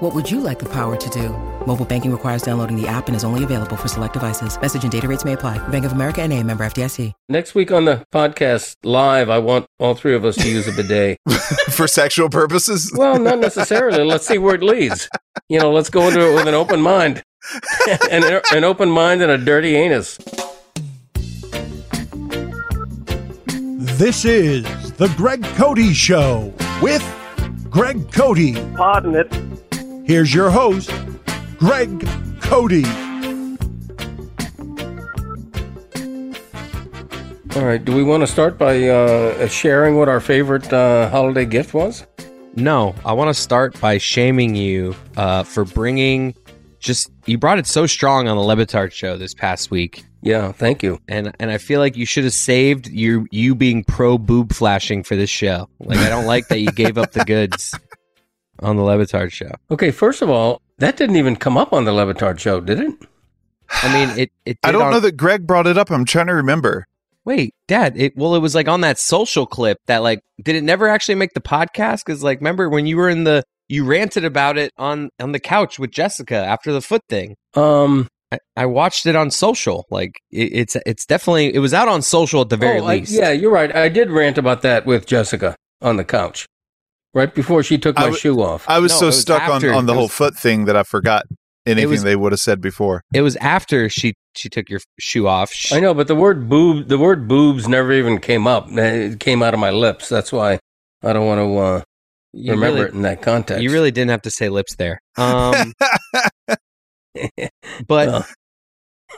What would you like the power to do? Mobile banking requires downloading the app and is only available for select devices. Message and data rates may apply. Bank of America and a member FDIC. Next week on the podcast live, I want all three of us to use a bidet. for sexual purposes. well, not necessarily. Let's see where it leads. You know, let's go into it with an open mind, an, an open mind and a dirty anus. This is The Greg Cody Show with Greg Cody. Pardon it. Here's your host, Greg Cody. All right. Do we want to start by uh, sharing what our favorite uh, holiday gift was? No, I want to start by shaming you uh, for bringing just you brought it so strong on the Levitard show this past week, Yeah. Thank you. and and I feel like you should have saved your you being pro boob flashing for this show. Like I don't like that you gave up the goods on the Levitard show. Okay. First of all, that didn't even come up on the Levitard show, did it? I mean, it. it I did don't on- know that Greg brought it up. I'm trying to remember. Wait, Dad. It well, it was like on that social clip that like did it never actually make the podcast? Because like, remember when you were in the you ranted about it on on the couch with Jessica after the foot thing. Um. I, I watched it on social. Like it, it's it's definitely it was out on social at the very Oh, I- least. yeah, you're right. I did rant about that with Jessica on the couch right before she took I my w- shoe off. I was No, so it was stuck on, after. on the It whole was- foot thing that I forgot anything was- they would have said before. It was after she she took your shoe off. She, I know, but the word boob, the word boobs, never even came up. It came out of my lips. That's why I don't want to uh, you remember really- it in that context. You really didn't have to say lips there. Um, but Well,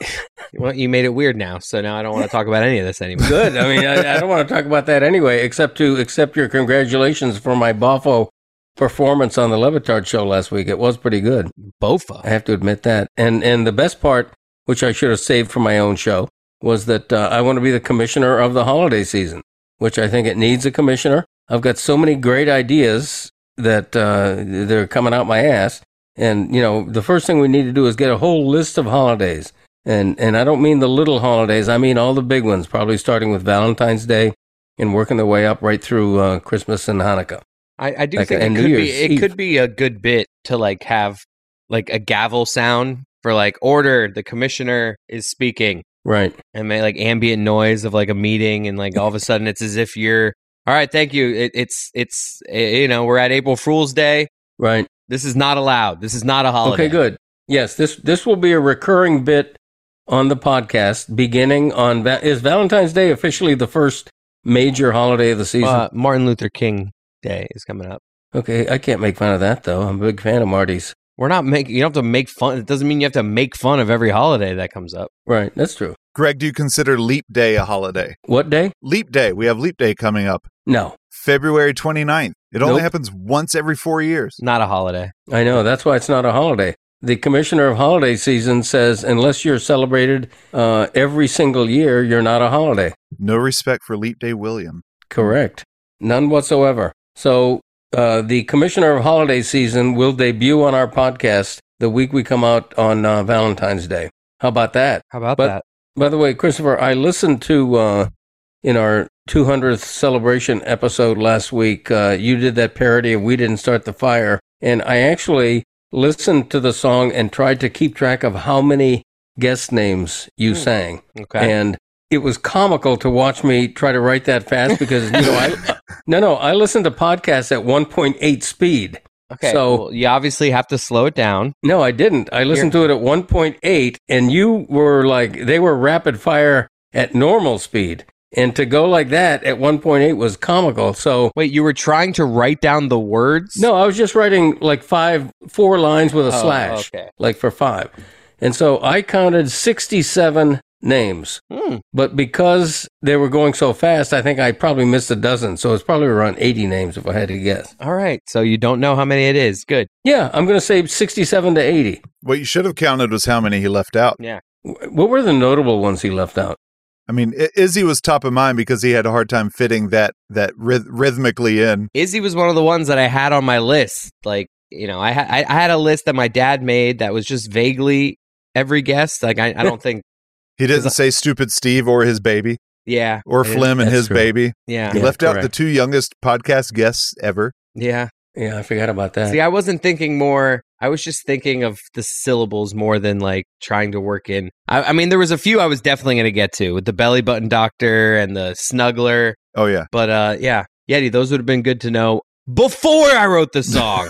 well, you made it weird now. So now I don't want to talk about any of this anymore. good. I mean, I, I don't want to talk about that anyway, except to accept your congratulations for my Boffo performance on the Levitard show last week. It was pretty good. I Bofa. have to admit that. And and the best part, which I should have saved for my own show, was that uh, I want to be the commissioner of the holiday season, which I think it needs a commissioner. I've got so many great ideas that uh, they're coming out my ass. And you know, the first thing we need to do is get a whole list of holidays. And and I don't mean the little holidays. I mean all the big ones, probably starting with Valentine's Day and working their way up right through uh, Christmas and Hanukkah. I, I do Like, think it and New could be Year's it Eve. could be a good bit to like have like a gavel sound for like order. The commissioner is speaking. Right. and make like ambient noise of like a meeting and like all of a sudden it's as if you're all right thank you it, it's it's eh, you know we're at april fool's day Right. this is not allowed this is not a holiday Okay, good. Yes, this this will be a recurring bit on the podcast beginning on Va- is Valentine's Day officially the first major holiday of the season? uh, martin luther king day is coming up okay, I can't make fun of that though. I'm a big fan of Marty's. we're not making you don't have to make fun it doesn't mean you have to make fun of every holiday that comes up Right, that's true. Greg, do you consider Leap Day a holiday? What day? Leap Day. We have Leap Day coming up No, February 29th. It Nope. only happens once every four years. not a holiday I know that's why it's not a holiday. The commissioner of holiday season says unless you're celebrated uh, every single year, you're not a holiday. No respect for Leap Day, William. Correct. None whatsoever. So, uh, the Commissioner of Holiday Season will debut on our podcast the week we come out on uh, Valentine's Day. How about that? how about But- that By the way, Christopher, I listened to uh, in our 200th celebration episode last week. Uh, you did that parody of "We Didn't Start the Fire," and I actually listened to the song and tried to keep track of how many guest names you Hmm. sang okay and it was comical to watch me try to write that fast because you know I no no I listened to podcasts at 1.8 speed. okay so- well, you obviously have to slow it down No, I didn't. I listened to it at 1.8, and you were like they were rapid fire at normal speed, and to go like that at 1.8 was comical. So wait you were trying to write down the words no, I was just writing like five four lines with a Oh, slash, okay like for five, and so I counted 67 names. Hmm. But because they were going so fast, I think I probably missed a dozen. So it's probably around 80 names if I had to guess. all right so you don't know how many it is good Yeah, I'm going to say 67 to 80. What you should have counted was how many he left out. yeah Wh- What were the notable ones he left out? I mean, I- Izzy was top of mind because he had a hard time fitting that that ryth- rhythmically in. Izzy was one of the ones that I had on my list. Like, you know, I, ha- I I had a list that my dad made that was just vaguely every guest. Like, I, I don't think, He I- didn't say stupid Steve or his baby yeah, or Yeah, Flim and that's his true. baby. yeah, He Yeah, left out the correct. two youngest podcast guests ever. yeah. Yeah, I forgot about that. See, I wasn't thinking more. I was just thinking of the syllables more than like trying to work in. I, I mean, there was a few I was definitely going to get to with the belly button doctor and the snuggler, Oh yeah. but uh, yeah, Yeti, those would have been good to know before I wrote the song.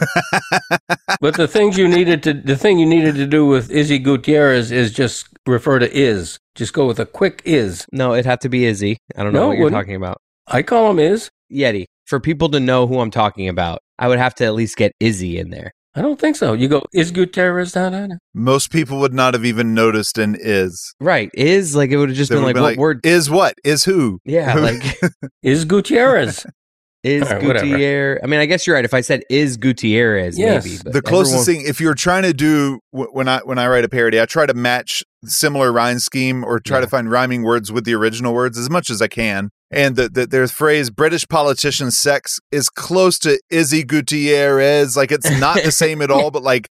But the things you needed to the thing you needed to do with Izzy Gutierrez is just refer to is. Just go with a quick is. no, it'd have to be Izzy. I don't know No, it what you're wouldn't. talking about. I call him is. Yeti, for people to know who I'm talking about, I would have to at least get Izzy in there. I don't think so. You go is Gutierrez down on Most people would not have even noticed an is. Right. Is like it would have just They been would've like, what word? Is what? Is who? yeah, like is Gutierrez. is All right, whatever. Gutierrez. I mean, I guess you're right. If I said is Gutierrez, Yes. maybe. but the closest everyone- thing if you're trying to do wh- when i when i write a parody i try to match similar rhyme scheme or try to Yeah. find rhyming words with the original words as much as i can and the, the their phrase british politician sex is close to izzy gutierrez like it's not the same at all but like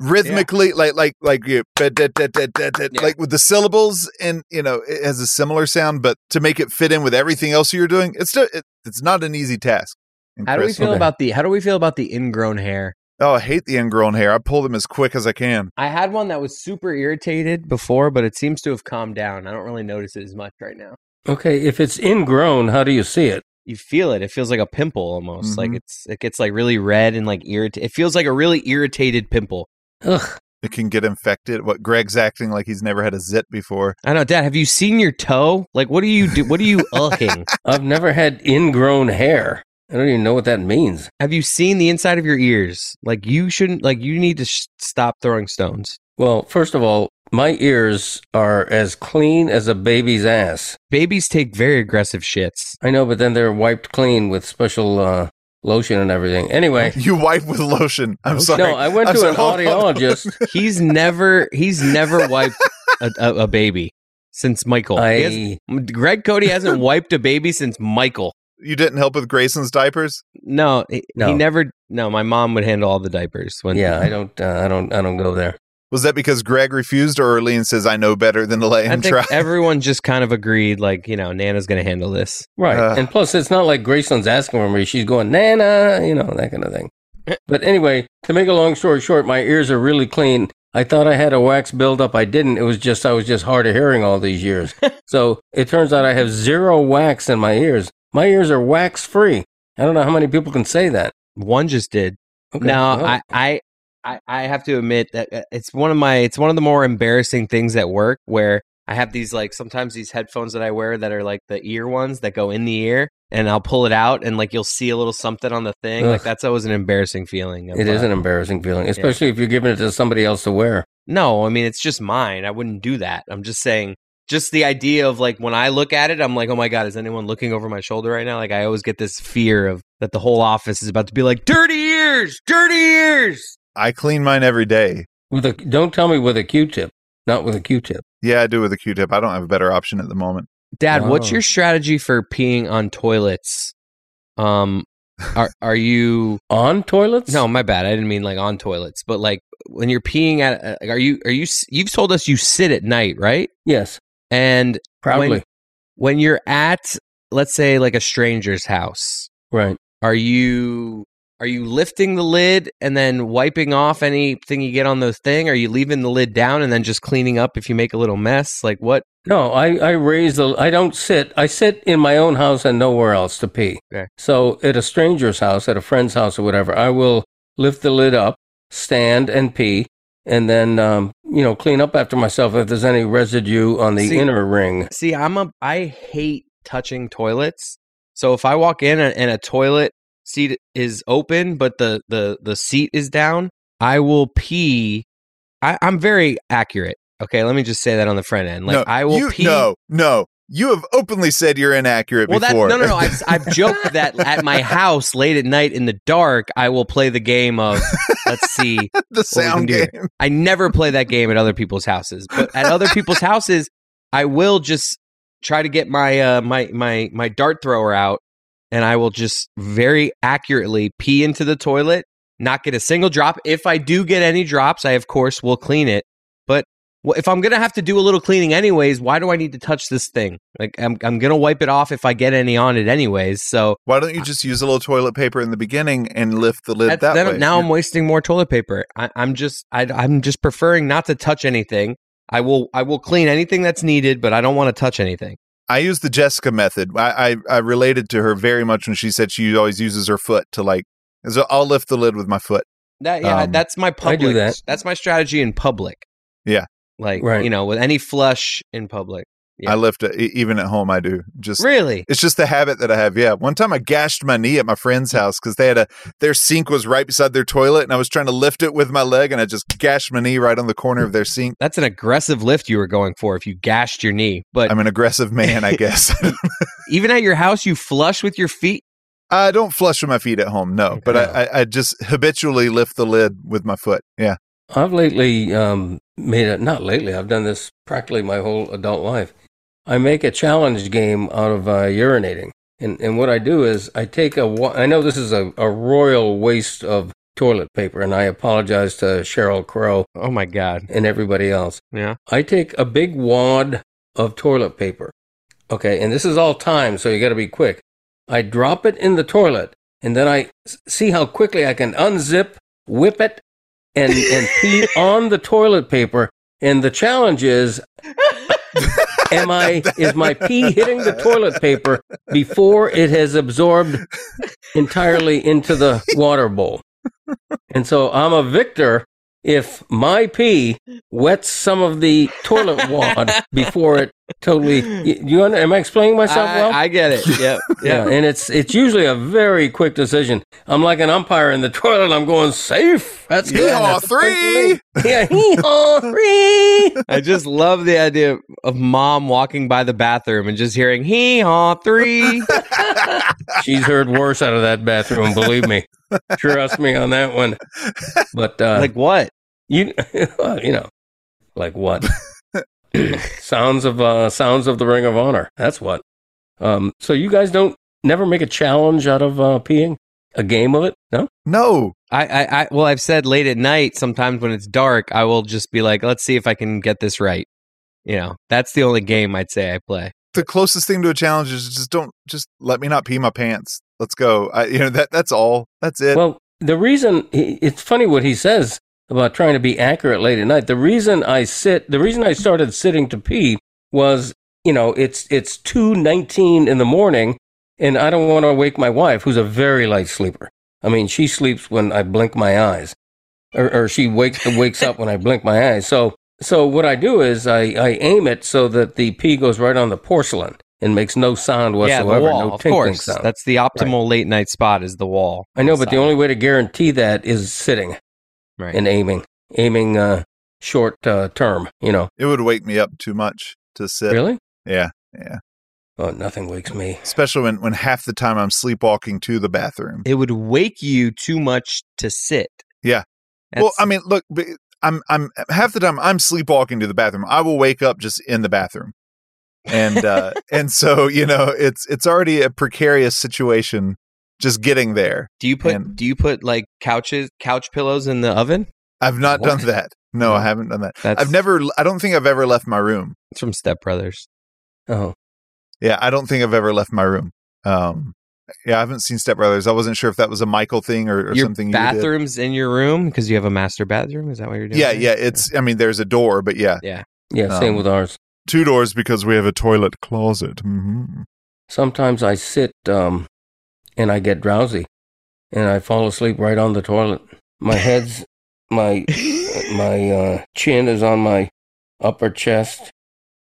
rhythmically like like like you Yeah. like with the syllables and you know it has a similar sound but to make it fit in with everything else you're doing it's still it, it's not an easy task And How do we Chris- feel Okay. about the How do we feel about the ingrown hair? oh i hate the ingrown hair i pull them as quick as i can I had one that was super irritated before, but it seems to have calmed down. I don't really notice it as much right now. Okay, if it's ingrown, how do you see it? You feel it. It feels like a pimple almost. Like Mm-hmm. Mhm. it's it gets like really red and like irritated. It feels like a really irritated pimple. Ugh. it can get infected. What Greg's acting like he's never had a zit before. I know, Dad. Have you seen your toe? Like, what do you do? What are you uhing? I've never had ingrown hair. I don't even know what that means. Have you seen the inside of your ears? Like, you shouldn't. Like, you need to sh- stop throwing stones. Well, first of all, my ears are as clean as a baby's ass. Babies take very aggressive shits. I know, but then they're wiped clean with special uh, lotion and everything. Anyway, You wipe with lotion. I'm sorry. no, I went I'm to sorry. an Hold on, hold on. audiologist. He's never. He's never wiped a, a, a baby since Michael. He hasn't- I Greg Cody hasn't wiped a baby since Michael. You didn't help with Grayson's diapers. No, he, he No. never. No, my mom would handle all the diapers when. yeah, I don't, uh, I don't, I don't go there. Was that because Greg refused, or Erlene says I know better than to let I him think try? everyone just kind of agreed, like you know, Nana's going to handle this. Right, Ugh. and plus, it's not like Graceland's asking for me. She's going Nana, you know, that kind of thing. Eh. But anyway, to make a long story short, my ears are really clean. I thought I had a wax buildup. I didn't. It was just I was just hard of hearing all these years. so it turns out I have zero wax in my ears. My ears are wax free. I don't know how many people can say that. One just did. Okay, Now well, I, I I I have to admit that uh, it's one of my it's one of the more embarrassing things at work where I have these like sometimes these headphones that I wear that are like the ear ones that go in the ear and I'll pull it out and like you'll see a little something on the thing like Ugh. that's always an embarrassing feeling. of, it is uh, an embarrassing feeling, especially if you're giving it to somebody else to wear. No, I mean it's just mine. I wouldn't do that. I'm just saying just the idea of like when I look at it I'm like oh my god is anyone looking over my shoulder right now? Like I always get this fear of that the whole office is about to be like dirty ears, dirty ears. I clean mine every day. With a, don't tell me with a Q-tip, not with a Q-tip. Yeah, I do with a Q-tip. I don't have a better option at the moment. Dad, what's Oh. your strategy for peeing on toilets? Um, are are you? On toilets? No, my bad. I didn't mean like on toilets, but like when you're peeing at, uh, like, are you are you? s- You've told us you sit at night, right? Yes, And probably. when when you're at, let's say, like a stranger's house, right. are you are you lifting the lid and then wiping off anything you get on the thing? Are you leaving the lid down and then just cleaning up if you make a little mess? Like what? No, I, I raise the. I don't sit. I sit in my own house and nowhere else to pee. Okay. So at a stranger's house, at a friend's house or whatever, I will lift the lid up, stand and pee, and then um, you know clean up after myself if there's any residue on the See- inner ring. See, I'm a I hate touching toilets. So if I walk in and, and a toilet seat is open, but the the the seat is down, I will pee. I, I'm very accurate. Okay, let me just say that on the front end. Like no, I will you, pee. No, no. You have openly said you're inaccurate Well, that no, before. no, no. I've, I've joked that at my house late at night in the dark, I will play the game of let's see. the we can sound do game. here. I never play that game at other people's houses, but at other people's houses, I will just try to get my uh, my my my dart thrower out, and I will just very accurately pee into the toilet, not get a single drop. If I do get any drops, I of course will clean it. But wh- if I'm gonna have to do a little cleaning anyways, why do I need to touch this thing? Like I'm I'm gonna wipe it off if I get any on it anyways. So Why don't you just use a little toilet paper in the beginning and lift the lid that's, that then way? now I'm wasting more toilet paper. I, I'm just I, I'm just preferring not to touch anything. I will I will clean anything that's needed, but I don't want to touch anything. I use the Jessica method. I, I I related to her very much when she said she always uses her foot to like. So I'll lift the lid with my foot. That yeah, Um, that's my I public. do that. That's my strategy in public. Yeah. like Right. you know, with any flush in public. Yeah. I lift it e- even at home. I do just. Really? It's just the habit that I have. Yeah. One time I gashed my knee at my friend's house because they had a their sink was right beside their toilet, and I was trying to lift it with my leg, and I just gashed my knee right on the corner of their sink. That's an aggressive lift you were going for if you gashed your knee. But I'm an aggressive man, I guess. even at your house, you flush with your feet. I don't flush with my feet at home, no, but I, I, I just habitually lift the lid with my foot. Yeah. I've lately um, made a not lately. I've done this practically my whole adult life. I make a challenge game out of uh, urinating, and and what I do is I take a. wa- I know this is a, a royal waste of toilet paper, and I apologize to Cheryl Crow Oh my god! and everybody else. Yeah. I take a big wad of toilet paper. Okay, and this is all time, so you got to be quick. I drop it in the toilet, and then I s- see how quickly I can unzip, whip it, and and pee on the toilet paper. And the challenge is, am I is my pee hitting the toilet paper before it has absorbed entirely into the water bowl? And so I'm a victor if my pee wets some of the toilet wad before it totally. You, you under, am I explaining myself I, well? I get it. Yep. yeah, Yeah. and it's it's usually a very quick decision. I'm like an umpire in the toilet. I'm going safe. That's good. Yeehaw, That's three. great. Yeah, hee-haw, three. I just love the idea of mom walking by the bathroom and just hearing hee haw three. She's heard worse out of that bathroom. Believe me. Trust me on that one. But uh, like what? You, well, you know, like what? sounds of uh, sounds of the Ring of Honor. That's what. Um, so you guys don't never make a challenge out of uh, peeing, a game of it. No, No. I, I, I, well, I've said late at night, sometimes when it's dark, I will just be like, let's see if I can get this right. You know, that's the only game I'd say I play. The closest thing to a challenge is just don't just let me not pee my pants. Let's go. I, you know that that's all. That's it. well, the reason he, it's funny what he says about trying to be accurate late at night. The reason I sit, the reason I started sitting to pee was, you know, it's it's two nineteen in the morning, and I don't want to wake my wife, who's a very light sleeper. I mean, she sleeps when I blink my eyes, or, or she wakes wakes up when I blink my eyes. So so what I do is I, I aim it so that the pee goes right on the porcelain and makes no sound yeah, the whatsoever, wall, no of tinkling course. sound. That's the optimal late night spot is the wall. I know, but the Inside. only way to guarantee that is sitting right. and aiming, aiming uh, short uh, term. You know, it would wake me up too much to sit. really? Yeah. Oh, nothing wakes me. Especially when when half the time I'm sleepwalking to the bathroom. it would wake you too much to sit. Yeah. well, I mean, look, but I'm I'm half the time I'm sleepwalking to the bathroom. I will wake up just in the bathroom, and uh, and so you know it's it's already a precarious situation just getting there. do you put and- do you put like couches couch pillows in the oven? I've not What? done that. No, I haven't done that. That's I've never. I don't think I've ever left my room. it's from Step Brothers. Oh, Yeah, I don't think I've ever left my room. Um, yeah, I haven't seen Step Brothers. I wasn't sure if that was a Michael thing or, or your something. You bathrooms in your room because you have a master bathroom. Is that what you're did. doing? Oh, Yeah, yeah. It's. I mean, there's a door, but yeah, yeah. same Um, with ours. two doors because we have a toilet closet. hmm Sometimes I sit um, and I get drowsy, and I fall asleep right on the toilet. My head's my my uh, chin is on my upper chest,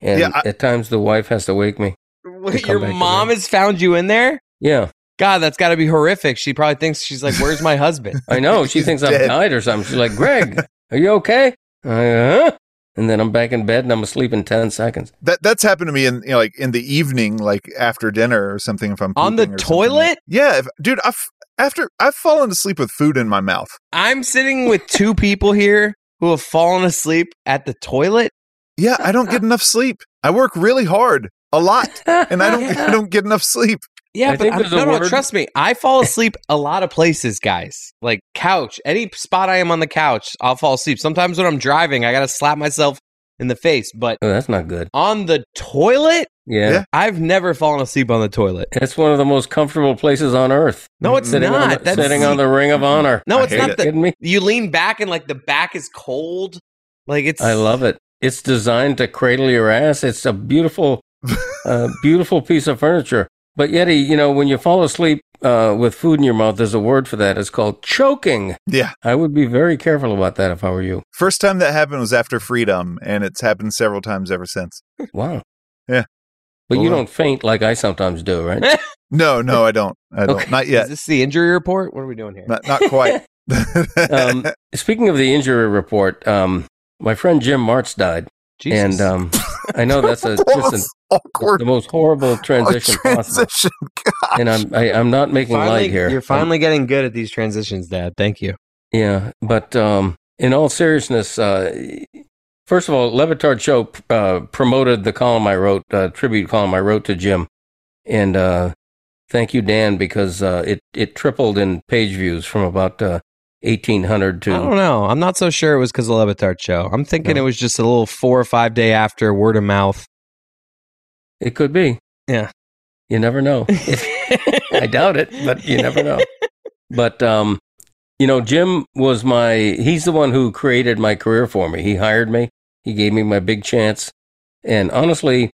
and Yeah, I- at times the wife has to wake me. What, To come your back to mom me. has found you in there? Yeah, God, that's got to be horrific. She probably thinks she's like, "Where's my husband?" I know. She She's thinks dead. I've died or something. She's like, Greg, are you okay? I, huh? And then I'm back in bed and I'm asleep in 10 seconds. That that's happened to me in you know, like in the evening, like after dinner or something. If I'm On the pooping or something. toilet? yeah, if, dude. I've after I've fallen asleep with food in my mouth. I'm sitting with two people here who have fallen asleep at the toilet. Yeah, I don't get enough sleep. I work really hard. a lot, and I don't I don't get enough sleep. Yeah, I but think I, there's a no, no, word- trust me. I fall asleep a lot of places, guys. Like couch, any spot I am on the couch, I'll fall asleep. Sometimes when I'm driving, I gotta slap myself in the face. But Oh, that's not good. on the toilet, Yeah. Yeah. I've never fallen asleep on the toilet. That's one of the most comfortable places on earth. No, it's Sitting, on, not. the, That's sitting on the ring of honor. no, I it's hate not. it. The, kidding me? you lean back and like the back is cold. Like it's. I love it. It's designed to cradle your ass. It's a beautiful, uh, beautiful piece of furniture. But Yeti, you know, when you fall asleep uh, with food in your mouth, there's a word for that. It's called choking. Yeah. I would be very careful about that if I were you. First time that happened was after Freedom, and it's happened several times ever since. Wow. Yeah. But you uh Well, don't faint like I sometimes do, right? No, no, I don't. I don't. Okay. Not Is yet. this the injury report? What are we doing here? Not not quite. um, speaking of the injury report, um, my friend Jim Martz died, Jesus. and um, I know that's a That just an, was awkward the most horrible transition, possible. transition. And I'm I, I'm not making finally, light here. you're finally getting good at these transitions, Dad. Thank you. Yeah, but um, in all seriousness, uh, first of all, Levitard Show uh, promoted the column I wrote, uh, tribute column I wrote to Jim, and uh, thank you, Dan, because uh, it it tripled in page views from about uh, eighteen hundred I don't to. know. I'm not so sure it was because of the Levitard show. I'm thinking No. it was just a little four or five day after word of mouth. It could be. Yeah. you never know. I doubt it, but you never know. But um, you know, Jim was my he's the one who created my career for me. He hired me. He gave me my big chance. And honestly,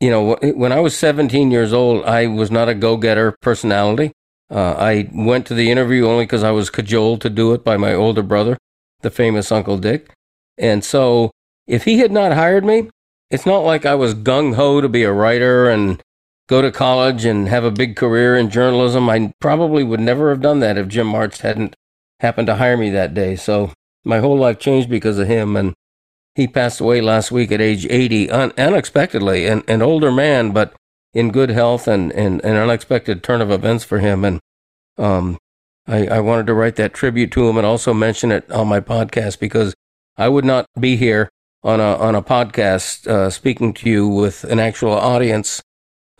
you know, wh- when I was 17 years old, I was not a go-getter personality. Uh, I went to the interview only because I was cajoled to do it by my older brother, the famous Uncle Dick. And so, if he had not hired me, it's not like I was gung ho to be a writer and go to college and have a big career in journalism. I probably would never have done that if Jim March hadn't happened to hire me that day. So my whole life changed because of him. And he passed away last week at age 80 un- unexpectedly, an, an older man, but in good health and, and an unexpected turn of events for him. And um, I, I wanted to write that tribute to him and also mention it on my podcast because I would not be here on a, on a podcast uh, speaking to you with an actual audience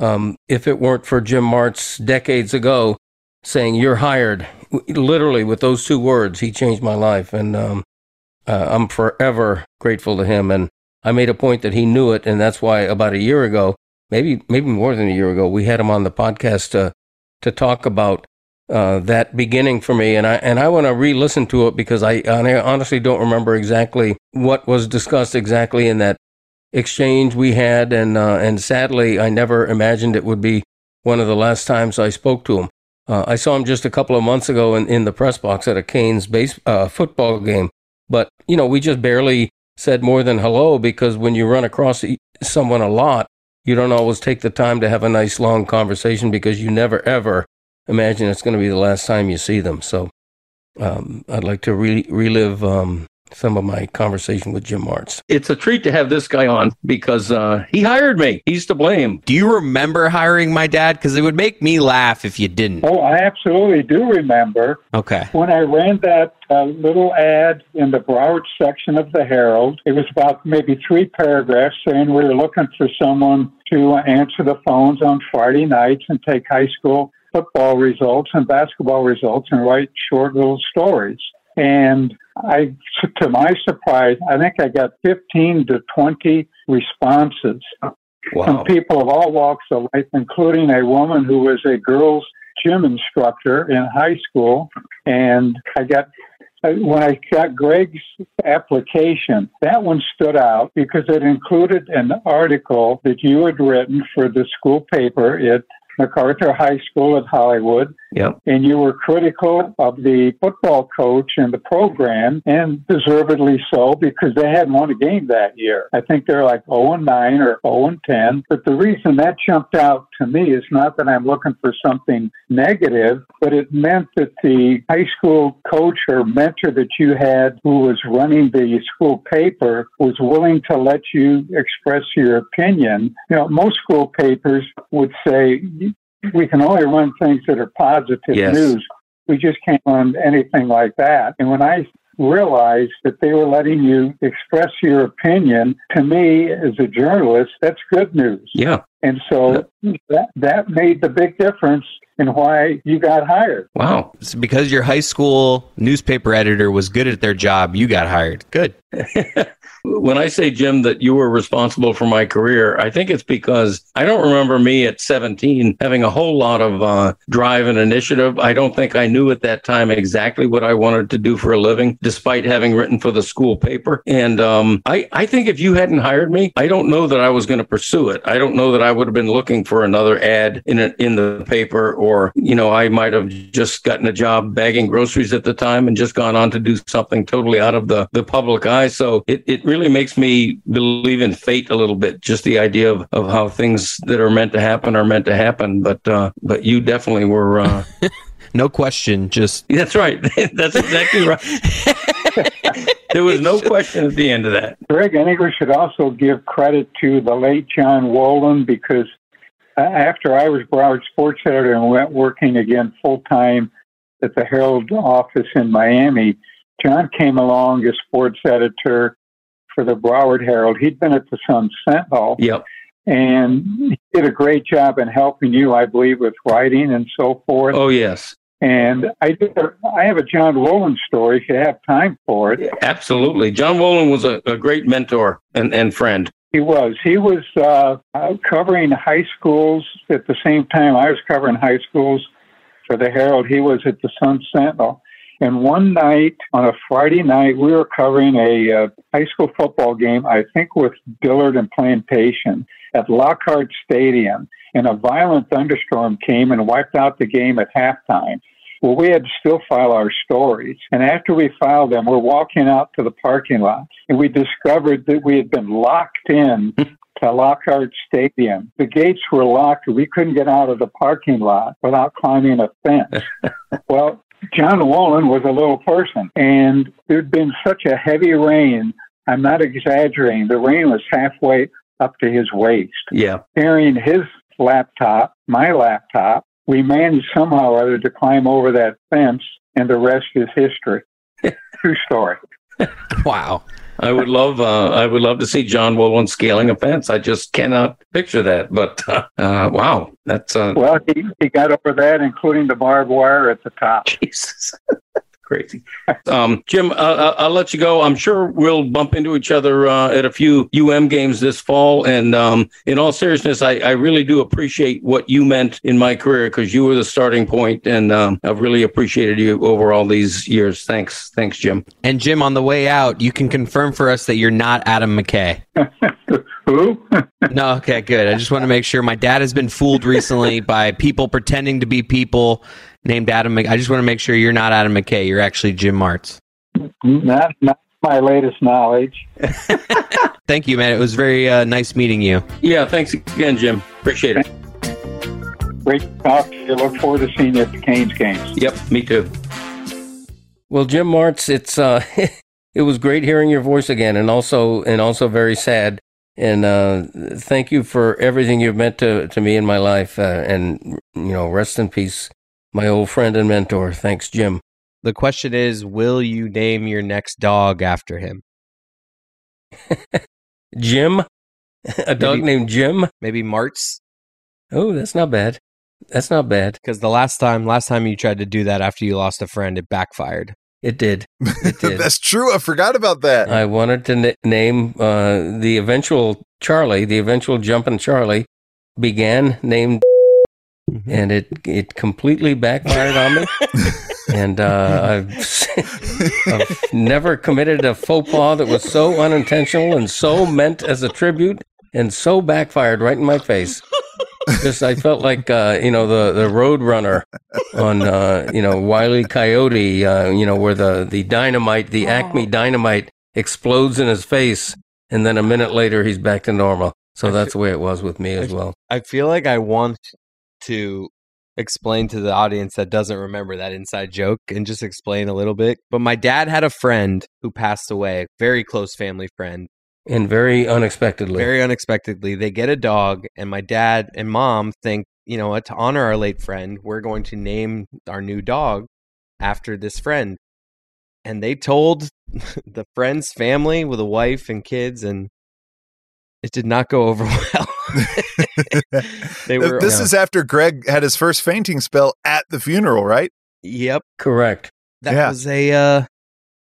um, if it weren't for Jim Martz decades ago saying, You're hired. W- Literally, with those two words, he changed my life. And um, uh, I'm forever grateful to him. And I made a point that he knew it. And that's why about a year ago, maybe, maybe more than a year ago, we had him on the podcast to, to talk about uh, that beginning for me. And I, and I want to re listen to it because I, I honestly don't remember exactly what was discussed exactly in that exchange we had, and uh, and sadly, I never imagined it would be one of the last times I spoke to him. Uh, I saw him just a couple of months ago in, in the press box at a Canes base uh, football game, but you know we just barely said more than hello because when you run across e- someone a lot, you don't always take the time to have a nice long conversation because you never ever imagine it's going to be the last time you see them. So. Um, I'd like to re- relive um, some of my conversation with Jim Martz. It's a treat to have this guy on because uh, he hired me. He's to blame. Do you remember hiring my dad? Because it would make me laugh if you didn't. Oh, I absolutely do remember Okay. when I ran that uh, little ad in the Broward section of the Herald. It was about maybe three paragraphs saying we were looking for someone to answer the phones on Friday nights and take high school football results and basketball results and write short little stories. And I, to my surprise, I think I got 15 to 20 responses from people of all walks of life, including a woman who was a girls' gym instructor in high school. And I got, when I got Greg's application, that one stood out because it included an article that you had written for the school paper at MacArthur High School at Hollywood. Yep. And you were critical of the football coach and the program, and deservedly so, because they hadn't won a game that year. I think they're like 0 and 9 or 0 and 10. But the reason that jumped out to me is not that I'm looking for something negative, but it meant that the high school coach or mentor that you had who was running the school paper was willing to let you express your opinion. You know, most school papers would say, we can only run things that are positive Yes. news. We just can't run anything like that. And when I realized that they were letting you express your opinion, to me as a journalist, that's good news. Yeah. And so that, that made the big difference in why you got hired. Wow. It's because your high school newspaper editor was good at their job, you got hired. Good. when I say, Jim, that you were responsible for my career, I think it's because I don't remember me at 17 having a whole lot of uh, drive and initiative. I don't think I knew at that time exactly what I wanted to do for a living, despite having written for the school paper. And um, I, I think if you hadn't hired me, I don't know that I was going to pursue it. I don't know that I would have been looking for another ad in, a, in the paper, or, you know, I might have just gotten a job bagging groceries at the time and just gone on to do something totally out of the, the public eye. So it, it really makes me believe in fate a little bit, just the idea of, of how things that are meant to happen are meant to happen. But uh, but you definitely were. Uh, No question, just that's right. that's exactly right. there was no question at the end of that. Greg, I think we should also give credit to the late John Wolin because uh, after I was Broward sports editor and went working again full time at the Herald office in Miami, John came along as sports editor for the Broward Herald. He'd been at the Sun Sentinel Yep. and he did a great job in helping you, I believe, with writing and so forth. Oh yes, And I did a, I have a John Wolin story if you have time for it. absolutely. John Wolin was a, a great mentor and, and friend. He was. He was uh, out covering high schools at the same time I was covering high schools for the Herald. He was at the Sun Sentinel. And one night on a Friday night, we were covering a uh, high school football game, I think with Dillard and Plantation at Lockhart Stadium. And a violent thunderstorm came and wiped out the game at halftime. Well, we had to still file our stories. And after we filed them, we're walking out to the parking lot and we discovered that we had been locked in to Lockhart Stadium. The gates were locked. We couldn't get out of the parking lot without climbing a fence. well, John Wallen was a little person and there'd been such a heavy rain. I'm not exaggerating. The rain was halfway up to his waist Yeah. carrying his laptop, my laptop. We managed somehow or other to climb over that fence, and the rest is history. True story. wow. I would love, uh, I would love to see John Wolin scaling a fence. I just cannot picture that. But uh, uh, wow, that's uh, Well, he, he got over that, including the barbed wire at the top. Jesus. Crazy. Um, Jim, uh, I- I'll let you go. I'm sure we'll bump into each other uh, at a few UM games this fall. And um, in all seriousness, I, I really do appreciate what you meant in my career because you were the starting point, and um, I've really appreciated you over all these years. Thanks. Thanks, Jim. And Jim, on the way out, you can confirm for us that you're not Adam McKay. Who? No, okay, good. I just want to make sure my dad has been fooled recently by people pretending to be people named Adam. Mc- I just want to make sure you're not Adam McKay. You're actually Jim Martz. not, not my latest knowledge. Thank you, man. It was very uh, nice meeting you. Yeah, thanks again, Jim. Appreciate it. Great talk. to you. Look forward to seeing you at the Canes games. Yep, me too. Well, Jim Martz, it's uh, it was great hearing your voice again, and also and also very sad. And uh, thank you for everything you've meant to, to me in my life. Uh, and you know, rest in peace, my old friend and mentor. Thanks, Jim. The question is, will you name your next dog after him? Jim, a dog Maybe- named Jim. Maybe Martz? Oh, that's not bad. That's not bad. Because the last time, last time you tried to do that after you lost a friend, it backfired. It did. It did. That's true. I forgot about that. I wanted to n- name uh, the eventual Charlie, the eventual jumpin' Charlie, began named, Mm-hmm. and it it completely backfired on me. And uh, I've, I've never committed a faux pas that was so unintentional and so meant as a tribute and so backfired right in my face. Just I felt like uh, you know the the road runner on uh, you know Wiley Coyote, uh, you know where the the dynamite, the Acme dynamite explodes in his face, and then a minute later he's back to normal. So that's the way it was with me as well. I feel like I want to explain to the audience that doesn't remember that inside joke and just explain a little bit. But my dad had a friend who passed away, very close family friend, And very unexpectedly, very unexpectedly. They get a dog, and my dad and mom think, you know what, to honor our late friend, we're going to name our new dog after this friend. and they told the friend's family with a wife and kids, and it did not go over well. Uh, They were- this Yeah. is after Greg had his first fainting spell at the funeral, right? yep, Correct. that Yeah. was a uh,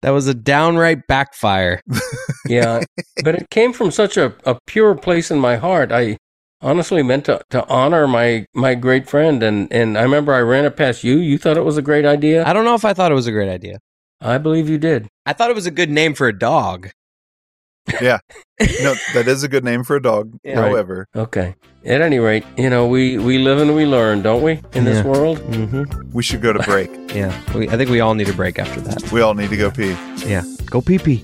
that was a downright backfire. Yeah. but it came from such a, a pure place in my heart. I honestly meant to, to honor my, my great friend. And, and I remember I ran it past you. You thought it was a great idea. I don't know if I thought it was a great idea. I believe you did. I thought it was a good name for a dog. No, that is a good name for a dog. Yeah. Right. However, Okay. At any rate, you know, we, we live and we learn, don't we, in Yeah. this world? Mm-hmm. we should go to break. Yeah, we, I think we all need a break after that. we all need to go pee. Yeah, go pee pee.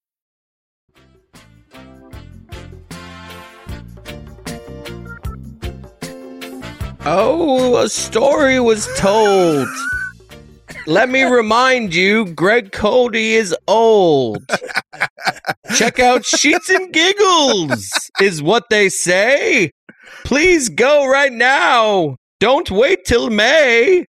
Oh, a story was told. Let me remind you, Greg Cody is old. Check out Sheets and Giggles, is what they say. Please go right now. Don't wait till May.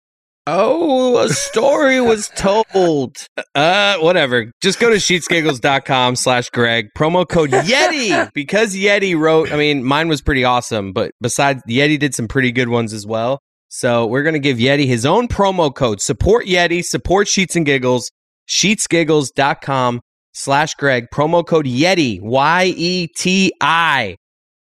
Oh, a story was told. Uh, whatever. Just go to sheetsgiggles.com slash Greg. Promo code Yeti. Because Yeti wrote, I mean, mine was pretty awesome, but besides, Yeti did some pretty good ones as well. So we're going to give Yeti his own promo code. Support Yeti, support Sheets and Giggles, sheetsgiggles.com slash Greg. Promo code Yeti, Y E T I.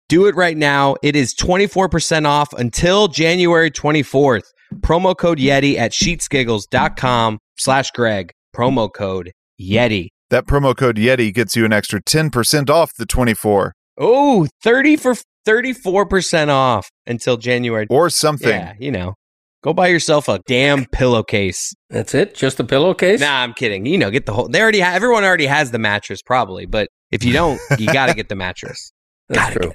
Do it right now. It is 24% off until January 24th promo code Yeti at sheetsgiggles.com slash Greg. Promo code Yeti. That promo code Yeti gets you an extra 10% off the 24 Oh, 30 for 34% off until January. or something. Yeah, you know. Go buy yourself a damn pillowcase. That's it? Just a pillowcase? Nah, I'm kidding. You know, get the whole they already ha- everyone already has the mattress probably, but if you don't, you got to get the mattress. That's Gotta true.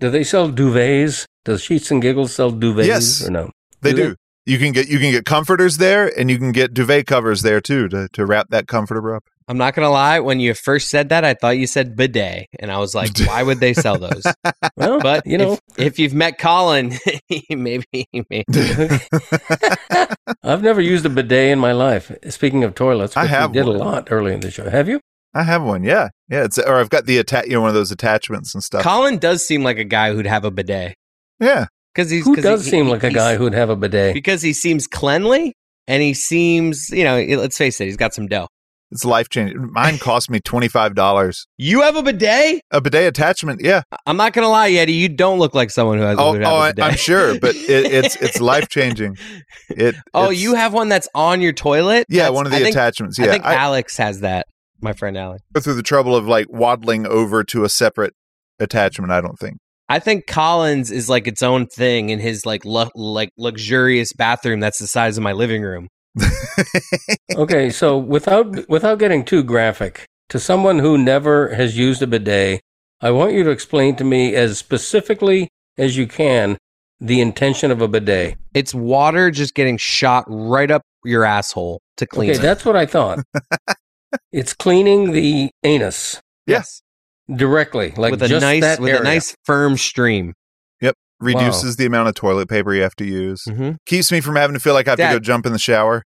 Do they sell duvets? Does Sheets and Giggles sell duvets Yes. or no? They Do do. You can get you can get comforters there and you can get duvet covers there too to, to wrap that comforter up. I'm not going to lie, when you first said that, I thought you said bidet and I was like, why would they sell those? Well, But you know, if, if you've met Colin, maybe, maybe I've never used a bidet in my life. Speaking of toilets, I which have we did one. a lot early in the show. Have you? I have one. Yeah. Yeah, it's or I've got the attach you know one of those attachments and stuff. Colin does seem like a guy who'd have a bidet yeah. because he's Who 'cause does he- seem he- like a he's- guy who'd have a bidet? because he seems cleanly and he seems you know it- let's face it he's got some dough. It's life changing. Mine cost me $25. You have a bidet? A bidet attachment. Yeah. I'm not gonna lie, Yeti, you don't look like someone who has Oh, who'd oh, have I, a bidet. I'm sure, but it, it's it's life changing. It oh, it's- you have one that's on your toilet? yeah, That's- one of the I think, attachments. I Yeah, think I, Alex has that. My friend Alex. go through the trouble of like waddling over to a separate attachment. I don't think. I think Collins is like its own thing in his like lu- like luxurious bathroom that's the size of my living room. okay, so without without getting too graphic, to someone who never has used a bidet, I want you to explain to me as specifically as you can the intention of a bidet. It's water just getting shot right up your asshole to clean Okay, it. that's what I thought. it's cleaning the anus Yes, directly, like with a just nice that with area. a nice firm stream. reduces the amount of toilet paper you have to use. Mm-hmm. Keeps me from having to feel like I have Dad. to go jump in the shower.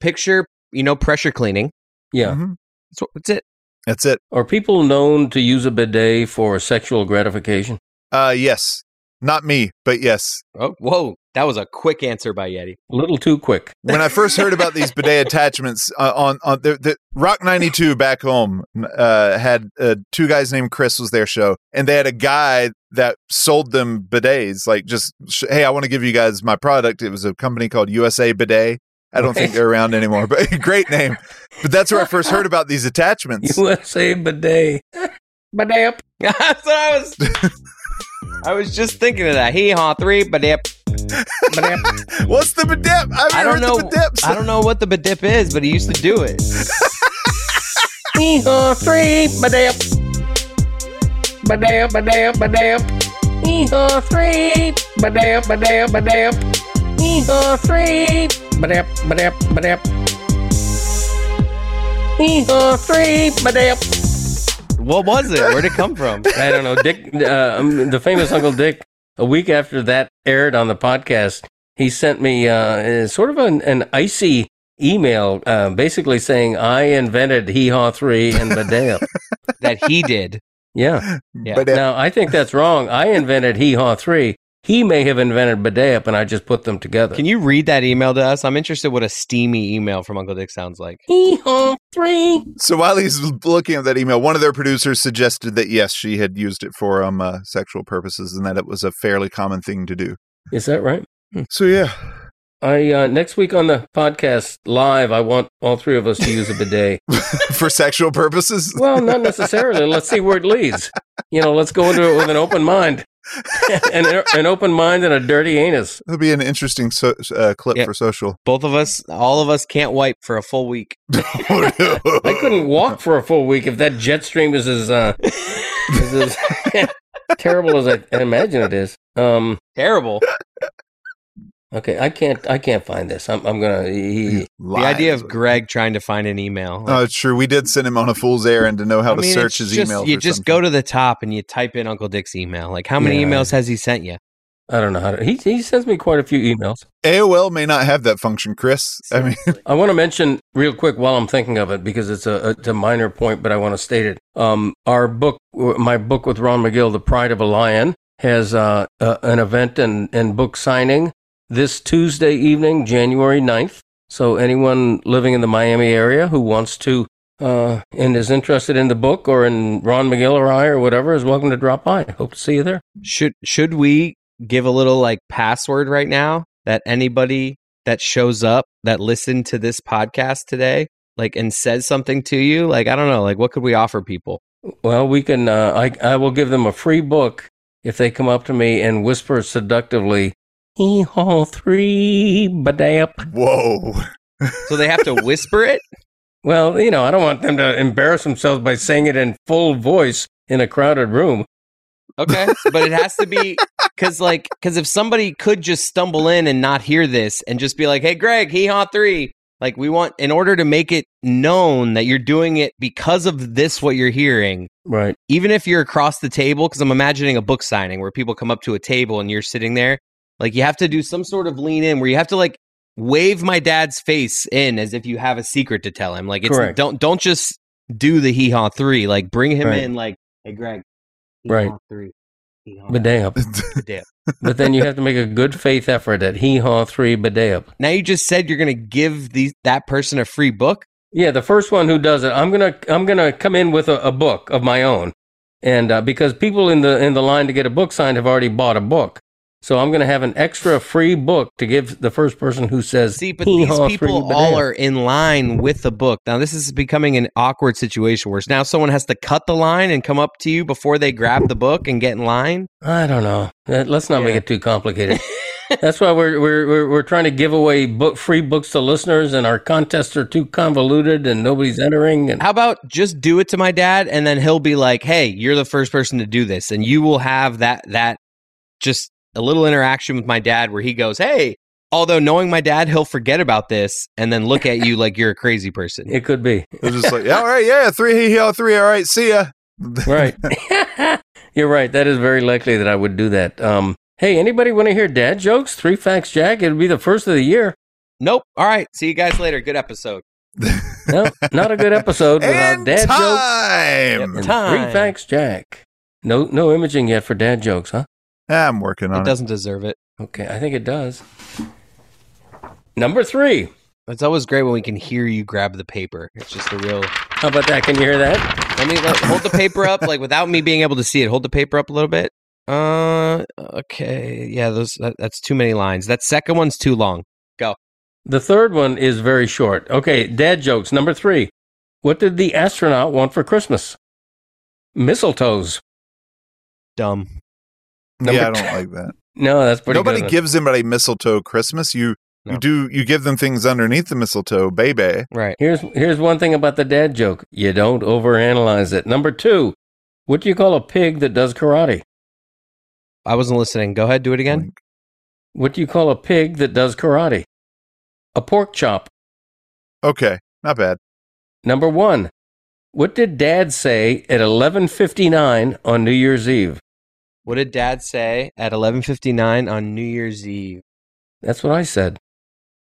Picture you know pressure cleaning. yeah. Mhm. That's, what- that's it. that's it. Mm-hmm. Are people known to use a bidet for sexual gratification? Uh, yes, not me, but yes. Oh, whoa, that was a quick answer by Yeti. A little too quick. When I first heard about these bidet attachments uh, on on the, the Rock ninety two back home uh, had uh, two guys named Chris was their show, and they had a guy that sold them bidets. Like, just sh- hey, I want to give you guys my product. It was a company called USA Bidet. I don't think Right. they're around anymore, but great name. But that's where I first heard about these attachments. USA bidet. bidet up. that's what I was. I was just thinking of that. Hee haw three, but yep. What's the bedip? I've I never heard don't know. the bedips. I don't know what the bedip is, but he used to do it. Hee-haw, Uh, three, ba-dam. Ba-dam, ba-dam, ba-dam. Hee-haw, Uh, three, ba-dam, ba-dam, ba-dam. Hee-haw, Uh, three, ba-dam, ba-dam, ba-dam. Hee-haw, Uh, three, ba-dam. What was it? Where'd it come from? I don't know. Dick, uh, um, the famous Uncle Dick, a week after that aired on the podcast, he sent me uh, uh, sort of an, an icy email uh, basically saying, I invented Hee Haw 3 and Badeo. That he did. yeah. Yeah. But, uh, Now, I think that's wrong. I invented Hee Haw 3. He may have invented Badeo, and I just put them together. Can you read that email to us? I'm interested what a steamy email from Uncle Dick sounds like. Hee Haw 3. so while he's looking at that email, one of their producers suggested that yes, she had used it for um uh, sexual purposes and that it was a fairly common thing to do. Is that right? Hmm. So yeah, I uh, next week on the podcast live, I want all three of us to use a bidet. for sexual purposes. Well, not necessarily. let's see where it leads. You know, let's go into it with an open mind, an, an open mind and a dirty anus. It'll be an interesting so- uh, clip Yeah. for social. Both of us, all of us can't wipe for a full week. I couldn't walk for a full week if that jet stream is as uh, is as terrible as I imagine it is. Um, Terrible. okay, I can't. I can't find this. I'm, I'm gonna. He, The idea of Greg trying to find an email. Oh, it's true. We did send him on a fool's errand to know how I to mean, search it's his just, email. You just go to the top and you type in Uncle Dick's email. Like, how many Yeah. emails has he sent you? I don't know how to. He he sends me quite a few emails. AOL may not have that function, Chris. I mean, I want to mention real quick while I'm thinking of it because it's a it's a minor point, but I want to state it. Um, our book, my book with Ron McGill, "The Pride of a Lion," has uh, uh, an event and and book signing this Tuesday evening, January 9th. So anyone living in the Miami area who wants to uh, and is interested in the book or in Ron McGill or I or whatever is welcome to drop by. Hope to see you there. Should should we give a little like password right now that anybody that shows up that listened to this podcast today, like and says something to you? Like, I don't know, like what could we offer people? Well, we can. Uh, I I will give them a free book if they come up to me and whisper seductively, "Hee haw three badap." whoa. So they have to whisper it? Well, you know, I don't want them to embarrass themselves by saying it in full voice in a crowded room. Okay. But it has to be cause like cause if somebody could just stumble in and not hear this and just be like, Hey Greg, hee haw three. Like we want in order to make it known that you're doing it because of this what you're hearing, Right. even if you're across the table, because I'm imagining a book signing where people come up to a table and you're sitting there, like you have to do some sort of lean in where you have to like wave my dad's face in as if you have a secret to tell him. Like it's Correct. don't don't just do the hee haw three. Like bring him Right. in like, hey Greg, hee-haw Right. three. hee-haw Badap. dip." but then you have to make a good faith effort at hee haw three badap. Now you just said you're gonna give these that person a free book. Yeah, the first one who does it, I'm gonna I'm gonna come in with a, a book of my own, and uh, because people in the in the line to get a book signed have already bought a book, so I'm gonna have an extra free book to give the first person who says. See, but these "Hee-haw, free people all banana." are in line with the book. Now this is becoming an awkward situation where now someone has to cut the line and come up to you before they grab the book and get in line. I don't know. Uh, Let's not make Yeah. it too complicated. That's why we're we're we're, we're trying to give away book, free books to listeners, and our contests are too convoluted, and nobody's entering. And How about just do it to my dad and then he'll be like, "Hey, you're the first person to do this." And you will have that that just a little interaction with my dad where he goes, "Hey, although knowing my dad, he'll forget about this and then look at you like you're a crazy person." it could be They're just like, yeah, all right, yeah, three, hee, hee, all three, all right, see ya. right. You're right. That is very likely that I would do that. Um, hey, anybody want to hear dad jokes? Three facts, Jack. It'd be the first of the year. Nope. All right. See you guys later. Good episode. No, not a good episode without And dad jokes. time. and Time. Three facts, Jack. No, no imaging yet for dad jokes, huh? I'm working It on it. doesn't deserve it. Okay, I think it does. Number three. It's always great when we can hear you grab the paper. It's just a real. How about that? Can you hear that? Let me let, hold the paper up, like without me being able to see it. Hold the paper up a little bit. Uh, okay, yeah, those that, that's too many lines. That second one's too long. The third one is very short. Okay, dad jokes. Number three. What did the astronaut want for Christmas? Mistletoes. Dumb. yeah, I Number- don't like that. No, that's pretty. Nobody good. gives anybody mistletoe Christmas. You No. you do you give them things underneath the mistletoe, baby. Right. Here's here's one thing about the dad joke. You don't overanalyze it. Number two, what do you call a pig that does karate? I wasn't listening. Go ahead, do it again. What do you call a pig that does karate? A pork chop. Okay, not bad. Number one, what did Dad say at eleven fifty nine on New Year's Eve? What did Dad say at 11:59 on New Year's Eve? That's what I said.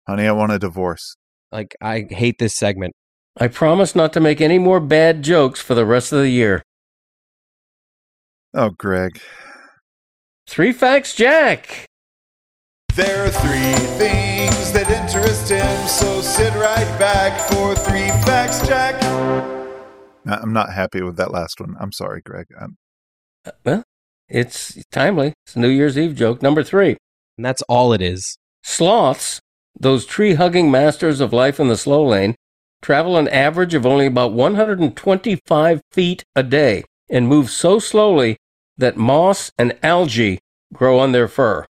Honey, I want a divorce. Like I hate this segment. I promise not to make any more bad jokes for the rest of the year. Oh, Greg. Three facts, Jack. There are three things that interest him, so sit right back for three facts, Jack. I'm not happy with that last one. I'm sorry, Greg. Um Uh, Well, it's timely. It's a New Year's Eve joke. Number three. And that's all it is. Sloths, those tree hugging masters of life in the slow lane, travel an average of only about 125 feet a day and move so slowly that moss and algae grow on their fur.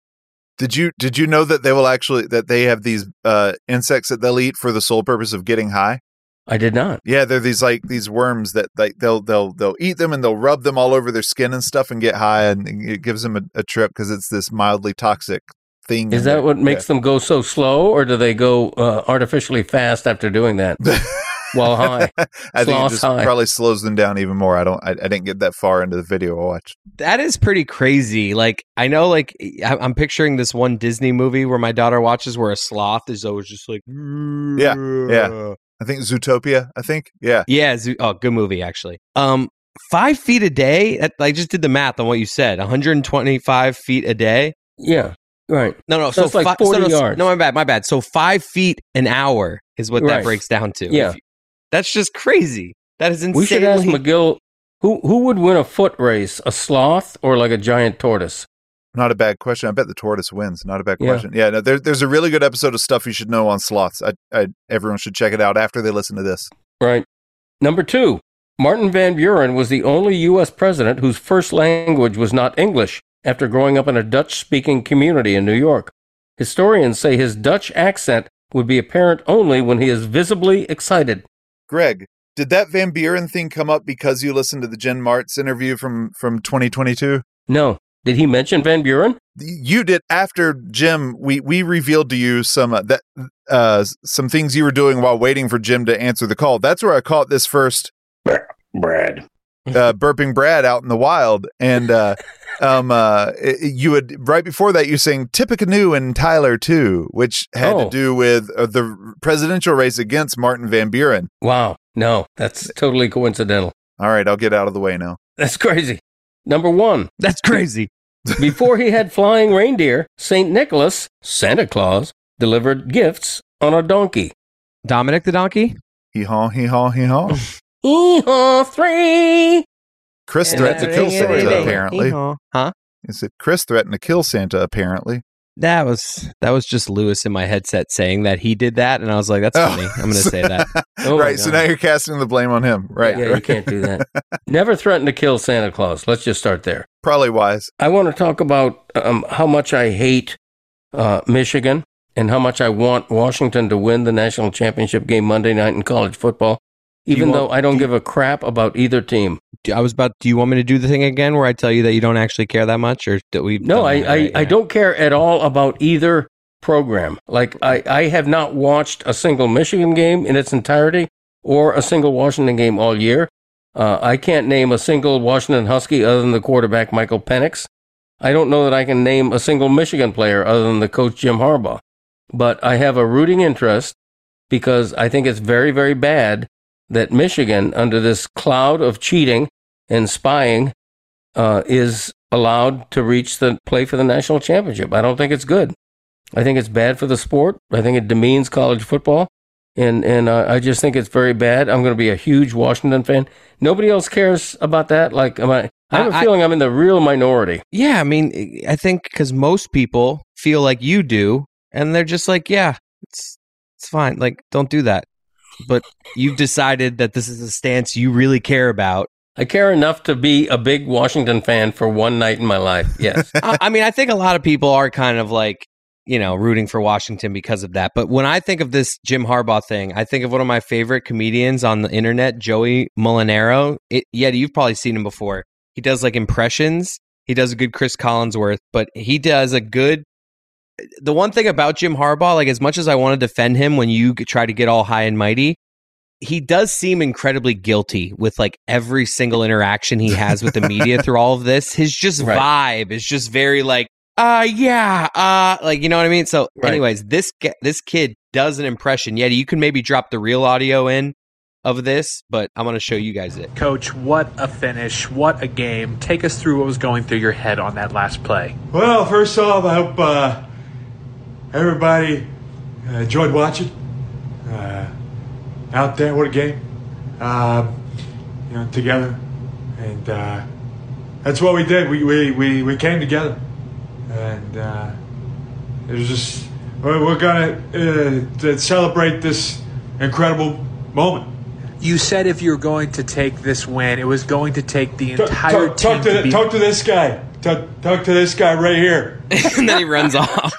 did you did you know that they will actually that they have these uh, insects that they'll eat for the sole purpose of getting high? I did not. Yeah, they're these like these worms that like they'll they'll they'll eat them and they'll rub them all over their skin and stuff and get high and it gives them a, a trip because it's this mildly toxic thing. Is in that there. what makes them go so slow, or do they go uh, artificially fast after doing that? While high. I think it Sloth just high. probably slows them down even more. I don't. I, I didn't get that far into the video I watched. That is pretty crazy. Like I know, like I- I'm picturing this one Disney movie where my daughter watches, where a sloth is always just like, yeah, yeah. I think Zootopia. I think. Yeah. yeah. Zoo- oh, good movie actually. Um, five feet a day. That- I just did the math on what you said. 125 feet a day. Yeah, right. No, no. So So, it's like fi- 40 no, no, s- yards. No, my bad. My bad. So five feet an hour is what Right. that breaks down to. Yeah. If you- that's just crazy. That is insanely. We should ask McGill who, who would win a foot race, a sloth or like a giant tortoise? Not a bad question. I bet the tortoise wins. Not a bad Yeah. question. Yeah. No, there, there's a really good episode of stuff you should know on sloths. I, I, everyone should check it out after they listen to this. Right. Number two, Martin Van Buren was the only U.S. president whose first language was not English after growing up in a Dutch speaking community in New York. Historians say his Dutch accent would be apparent only when he is visibly excited. Greg, did that Van Buren thing come up because you listened to the Jen Martz interview from from 2022? No. Did he mention Van Buren? You did after Jim. We we revealed to you some uh, that uh, some things you were doing while waiting for Jim to answer the call. That's where I caught this first Brad. uh, burping Brad out in the wild, and uh, um, uh, it- it- you had right before that you sang Tippecanoe and Tyler too, which had Oh. to do with uh, the presidential race against Martin Van Buren. Wow. No, that's totally coincidental. All right, I'll get out of the way now. That's crazy. Number one, That's crazy. Before he had flying reindeer, St. Nicholas, Santa Claus, delivered gifts on a donkey. Dominic the donkey. Hee haw, hee haw, hee haw. Hee-haw, three! Chris And threatened to that's kill a killer Santa. thing. Apparently, Huh? he said Chris threatened to kill Santa. Apparently, That was that was just Lewis in my headset saying that he did that, and I was like, "That's Oh. funny." I'm going to say that. Oh my right. So God. now you're casting the blame on him. Right. Yeah, you right. can't do that. Never threaten to kill Santa Claus. Let's just start there. Probably wise. I want to talk about um, how much I hate uh, Michigan and how much I want Washington to win the national championship game Monday night in college football, you even want- though I don't give a crap about either team. Do- I was about. Do you want me to do the thing again, where I tell you that you don't actually care that much, or that we? No, I, I, I don't care at all about either program. Like, I, I have not watched a single Michigan game in its entirety or a single Washington game all year. Uh, I can't name a single Washington Husky other than the quarterback, Michael Penix. I don't know that I can name a single Michigan player other than the coach, Jim Harbaugh. But I have a rooting interest because I think it's very, very bad that Michigan, under this cloud of cheating and spying, uh, is allowed to reach the play for the national championship. I don't think it's good. I think it's bad for the sport. I think it demeans college football, and and uh, I just think it's very bad. I'm going to be a huge Washington fan. Nobody else cares about that. Like, am I? I have a I- I- feeling I'm in the real minority. Yeah, I mean, e, I think because most people feel like you do, and they're just like, "Yeah, it's it's fine. Like, don't do that." But you've decided that this is a stance you really care about, I care enough to be a big Washington fan for one night in my life. Yes. I, I mean, I think a lot of people are kind of like, you know, rooting for Washington because of that. But when I think of this Jim Harbaugh thing, I think of one of my favorite comedians on the internet, Joey Molinaro. It, Yeti, you've probably seen him before. He does like impressions. He does a good Chris Collinsworth, but he does a good. The one thing about Jim Harbaugh, like as much as I want to defend him when you g- try to get all high and mighty, he does seem incredibly guilty with like every single interaction he has with the media through all of this. His just vibe is just very like, uh, yeah, uh, like you know what I mean. So, Right. anyways, this ge- this kid does an impression. Yeti, you can maybe drop the real audio in of this, but I'm gonna show you guys it. Coach, what a finish. What a game. Take us through what was going through your head on that last play. Well, first off, I hope uh, everybody uh, enjoyed watching. Uh, out there, what a game! Uh, you know, together, and uh, that's what we did. We we, we, we came together, and uh, it was just we're, we're gonna uh, to celebrate this incredible moment. You said if you're going to take this win, it was going to take the entire team talk, talk to to the- be talk to this guy. Talk, talk to this guy right here. and then he runs off.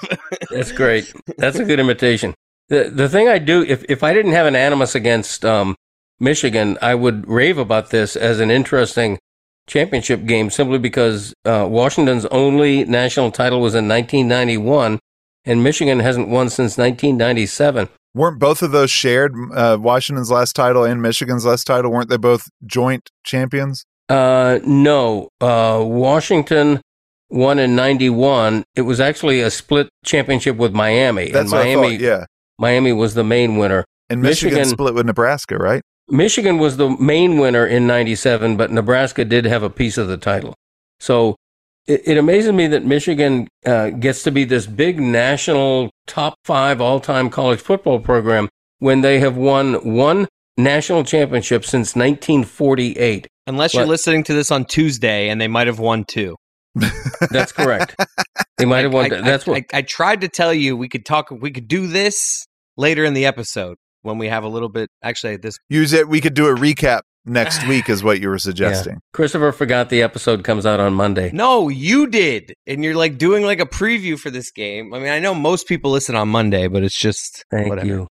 That's great. That's a good imitation. The the thing I do if if I didn't have an animus against um, Michigan, I would rave about this as an interesting championship game simply because uh, Washington's only national title was in 1991 and Michigan hasn't won since 1997. Weren't both of those shared? Uh, Washington's last title and Michigan's last title weren't they both joint champions? Uh, no, uh, Washington won in 91. It was actually a split championship with Miami and That's what I Miami thought. Yeah, Miami was the main winner. and Michigan, Michigan- split with Nebraska, right? Michigan was the main winner in 97, but Nebraska did have a piece of the title. So it, it amazes me that Michigan uh, gets to be this big national top five all time college football program when they have won one national championship since 1948. Unless you're What? listening to this on Tuesday, and they might have won two. That's correct. they might have won. I, that's I, what. I, I tried to tell you we could talk, we could do this later in the episode when we have a little bit. Actually, this You said we could do a recap next week, is what you were suggesting. Christopher forgot the episode comes out on Monday. no, you did, and you're like doing like a preview for this game. I mean, I know most people listen on Monday, but it's just Thank whatever. you.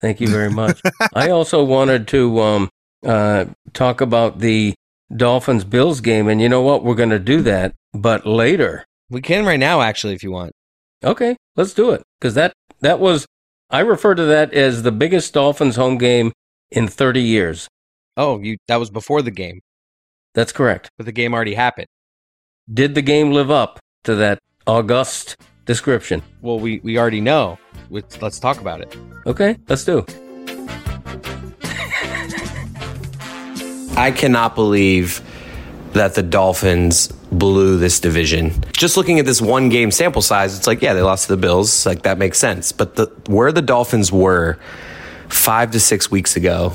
Thank you very much. I also wanted to um, uh, talk about the Dolphins Bills game. And you know what? We're going to do that, but later. We can right now, actually, if you want. Okay, let's do it. Because that, that was, I refer to that as the biggest Dolphins home game in 30 years. Oh, you that was before the game, That's correct. but the game already happened. Did the game live up to that august description? Well, we we already know. Let's- Let's talk about it. Okay, let's do. I cannot believe that the Dolphins blew this division. Just looking at this one game sample size, it's like, yeah, they lost to the Bills. Like, that makes sense. But the, where the Dolphins were five to six weeks ago,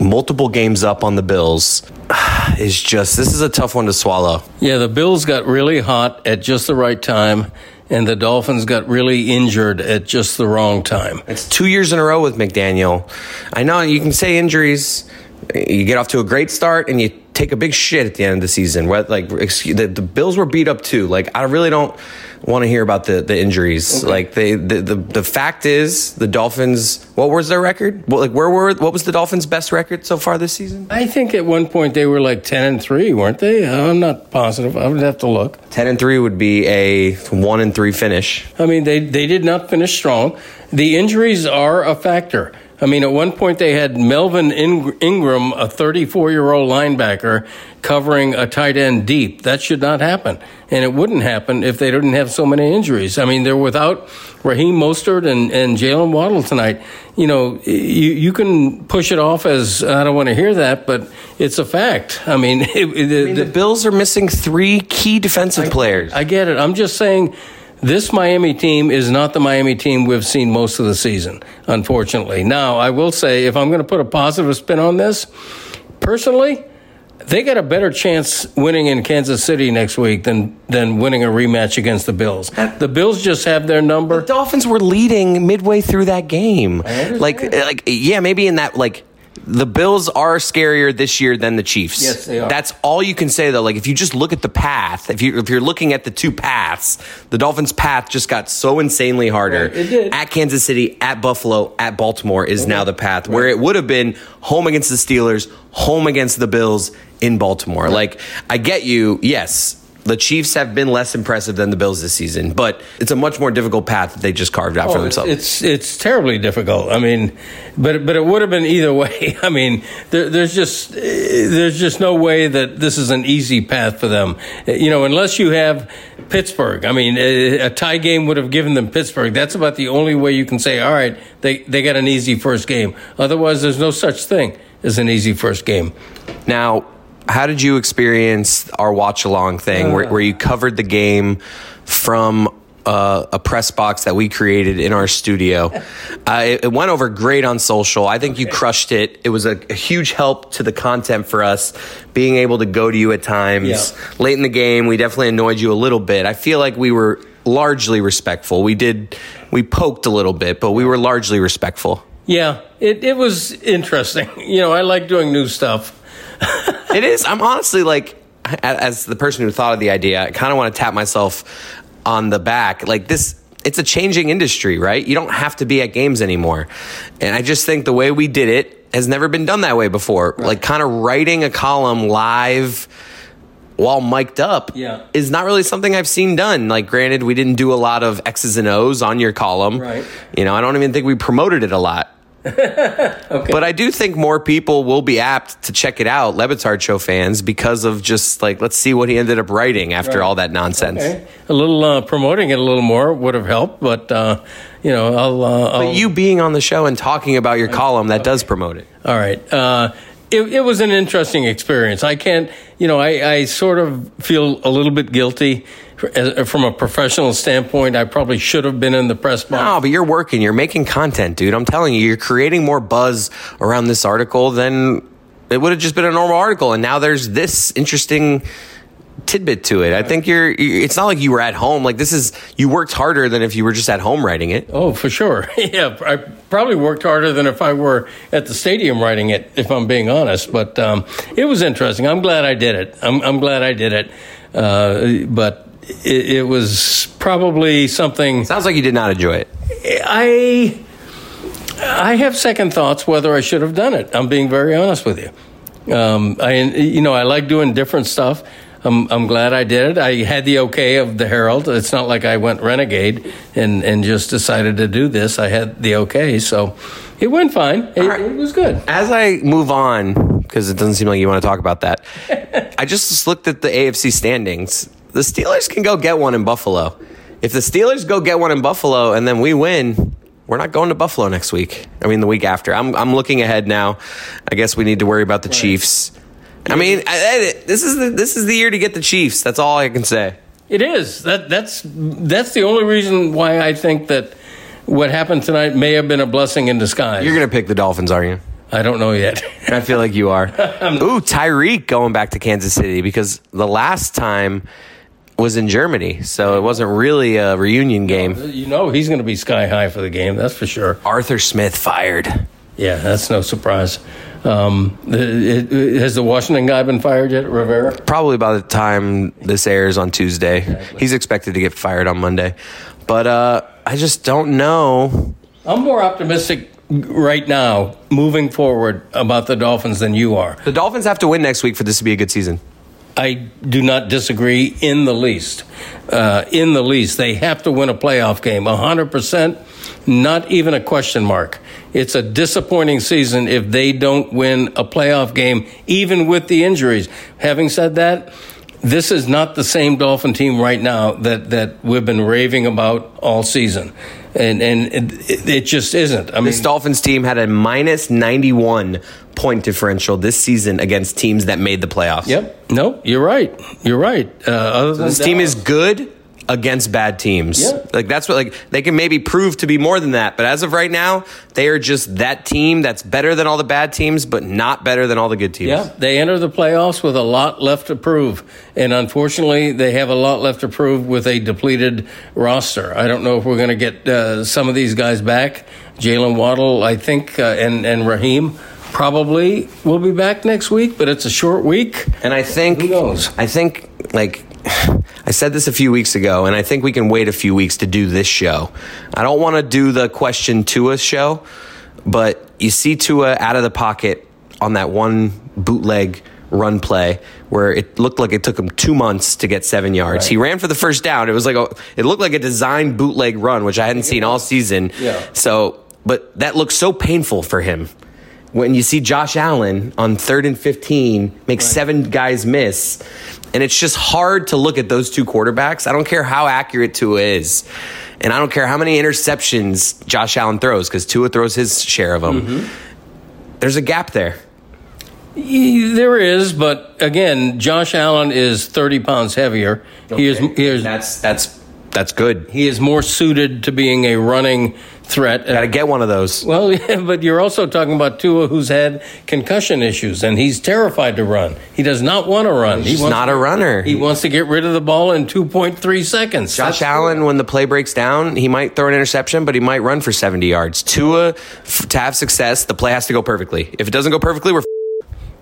multiple games up on the Bills, is just, this is a tough one to swallow. Yeah, the Bills got really hot at just the right time, and the Dolphins got really injured at just the wrong time. It's two years in a row with McDaniel. I know you can say injuries. You get off to a great start and you take a big shit at the end of the season. What like excuse, the, the Bills were beat up too. Like I really don't want to hear about the, the injuries. Like they the, the the fact is the Dolphins. What was their record? What, like where were what was the Dolphins' best record so far this season? I think at one point they were like 10 and 3, weren't they? I'm not positive. I would have to look. Ten and three would be a one and three finish. I mean, they, they did not finish strong. The injuries are a factor. I mean, at one point they had Melvin Ing- Ingram, a 34 year old linebacker, covering a tight end deep. That should not happen. And it wouldn't happen if they didn't have so many injuries. I mean, they're without Raheem Mostert and, and Jalen Waddle tonight. You know, you, you can push it off as, I don't want to hear that, but it's a fact. I mean, it, it- I mean, the the- Bills are missing three key defensive players. I get it. I'm just saying this Miami team is not the Miami team we've seen most of the season, unfortunately. Now, I will say, if I'm going to put a positive spin on this, personally, they got a better chance winning in Kansas City next week than, than winning a rematch against the Bills. The Bills just have their number. The Dolphins were leading midway through that game. Like, like yeah, maybe in that like the Bills are scarier this year than the Chiefs. Yes, they are. That's all you can say though. Like if you just look at the path, if you if you're looking at the two paths, the Dolphins' path just got so insanely harder. Right, it did. At Kansas City, at Buffalo, at Baltimore is now the path where it would have been home against the Steelers, home against the Bills in Baltimore. Like I get you. Yes. The Chiefs have been less impressive than the Bills this season, but it's a much more difficult path that they just carved out for Oh, it's- themselves. It's it's terribly difficult. I mean, but but it would have been either way. I mean, there, there's just eh, there's just no way that this is an easy path for them. Eh, You know, unless you have Pittsburgh. I mean, eh, a tie game would have given them Pittsburgh. That's about the only way you can say, all right, they they got an easy first game. Otherwise, there's no such thing as an easy first game. Now, how did you experience our watch along thing where, where you covered the game from uh, a press box that we created in our studio? uh, it, it went over great on social. I think you crushed it. It was a, a huge help to the content for us, being able to go to you at times. Yeah. Late in the game, we definitely annoyed you a little bit. I feel like we were largely respectful. We did, we poked a little bit, but we were largely respectful. Yeah, it it was interesting. You know, I like doing new stuff. it is. I'm honestly like, a- as the person who thought of the idea, I kind of want to tap myself on the back. Like this, it's a changing industry, right? You don't have to be at games anymore, and I just think the way we did it has never been done that way before. Like kind of writing a column live while mic'd up Yeah. is not really something I've seen done. Like, granted, we didn't do a lot of X's and O's on your column. Right. You know, I don't even think we promoted it a lot. But I do think more people will be apt to check it out, Levitard Show fans, because of just like, let's see what he ended up writing after all that nonsense. Okay. A little uh, promoting it a little more would have helped, but uh, you know, I'll. Uh, I'll But you being on the show and talking about your column, that does promote it. All right. Uh, it, it was an interesting experience. I can't, you know, I, I sort of feel a little bit guilty for- as- from a professional standpoint. I probably should have been in the press box. No, but you're working, you're making content, dude. I'm telling you, you're creating more buzz around this article than it would have just been a normal article. And now there's this interesting tidbit to it. I think you're, you- it's not like you were at home. Like, this is, you worked harder than if you were just at home writing it. Oh, for sure. yeah, I probably worked harder than if I were at the stadium writing it, if I'm being honest. But um, it was interesting. I'm glad I did it. I'm, I'm glad I did it. Uh, but it, it was probably something. Sounds like you did not enjoy it. I I have second thoughts whether I should have done it. I'm being very honest with you. Um, I you know I like doing different stuff. I'm I'm glad I did it. I had the okay of the Herald. It's not like I went renegade and and just decided to do this. I had the okay, so it went fine. It, right. it was good. As I move on, because it doesn't seem like you want to talk about that, I just looked at the AFC standings. The Steelers can go get one in Buffalo. If the Steelers go get one in Buffalo and then we win, we're not going to Buffalo next week. I mean, the week after. I'm, I'm looking ahead now. I guess we need to worry about the Chiefs. I mean, I, I- this is the, this is the year to get the Chiefs. That's all I can say. It is that that's that's the only reason why I think that what happened tonight may have been a blessing in disguise. You're gonna pick the Dolphins, are you? I don't know yet. I feel like you are. Ooh, Tyreek going back to Kansas City because the last time was in Germany, so it wasn't really a reunion game. you know he's going to be sky high for the game. That's for sure. Arthur Smith fired. Yeah, that's no surprise. Um, the- it- it- has the Washington guy been fired yet, Rivera? Probably by the time this airs on Tuesday, he's expected to get fired on Monday. But uh, I just don't know. I'm more optimistic right now, moving forward, about the Dolphins than you are. The Dolphins have to win next week for this to be a good season. I do not disagree in the least. Uh, in the least, they have to win a playoff game, 100%, not even a question mark. It's a disappointing season if they don't win a playoff game, even with the injuries. Having said that, this is not the same Dolphin team right now that, that we've been raving about all season. And, and it, it just isn't. I mean, This Dolphins team had a minus 91 point differential this season against teams that made the playoffs. yep. No, you're right. You're right. Uh, other than This team is Dallas- good against bad teams. Yeah. Like that's what like they can maybe prove to be more than that, but as of right now, they are just that team that's better than all the bad teams, but not better than all the good teams. Yeah, they enter the playoffs with a lot left to prove, and unfortunately, they have a lot left to prove with a depleted roster. I don't know if we're going to get uh, some of these guys back. Jalen Waddle, I think, uh, and and Raheem Probably we'll be back next week, but it's a short week. And I think I think like I said this a few weeks ago, and I think we can wait a few weeks to do this show. I don't want to do the question Tua show, but you see Tua out of the pocket on that one bootleg run play where it looked like it took him two months to get seven yards. He ran for the first down. It was like a, it looked like a designed bootleg run, which I hadn't seen all season. Yeah. So, but that looks so painful for him. When you see Josh Allen on third and 15 make seven guys miss, and it's just hard to look at those two quarterbacks. I don't care how accurate Tua is, and I don't care how many interceptions Josh Allen throws because Tua throws his share of them. There's a gap there. Y- There is, but again, Josh Allen is thirty pounds heavier. He is. He is that's that's that's good. He is more suited to being a running threat. Got to get one of those. Well, yeah, but you're also talking about Tua, who's had concussion issues, and he's terrified to run. He does not want to run. He's he wants not a runner. He wants to get rid of the ball in two point three seconds. Josh Allen, when the play breaks down, he might throw an interception, but he might run for 70 yards. Tua, f- to have success, the play has to go perfectly. If it doesn't go perfectly, we're.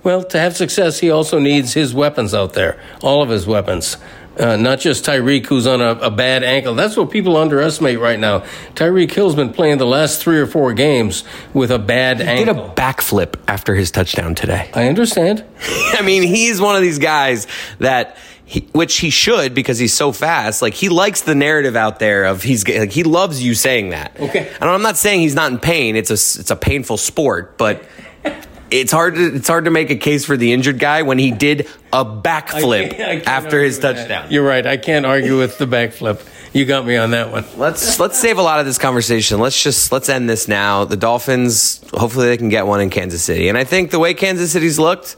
Well, to have success, he also needs his weapons out there, all of his weapons. Uh, not just Tyreek, who's on a, a bad ankle. That's what people underestimate right now. Tyreek Hill's been playing the last three or four games with a bad He did ankle. a backflip after his touchdown today. I understand. I mean, he's one of these guys that, he, which he should because he's so fast. Like he likes the narrative out there of he's g- like he loves you saying that. Okay, and I'm not saying he's not in pain. It's a s- it's a painful sport, but. It's hard to it's hard to make a case for the injured guy when he did a backflip can't- I can't after his touchdown. You're right. I can't argue with the backflip. You got me on that one. Let's let's save a lot of this conversation. Let's just let's end this now. The Dolphins, hopefully they can get one in Kansas City. And I think the way Kansas City's looked,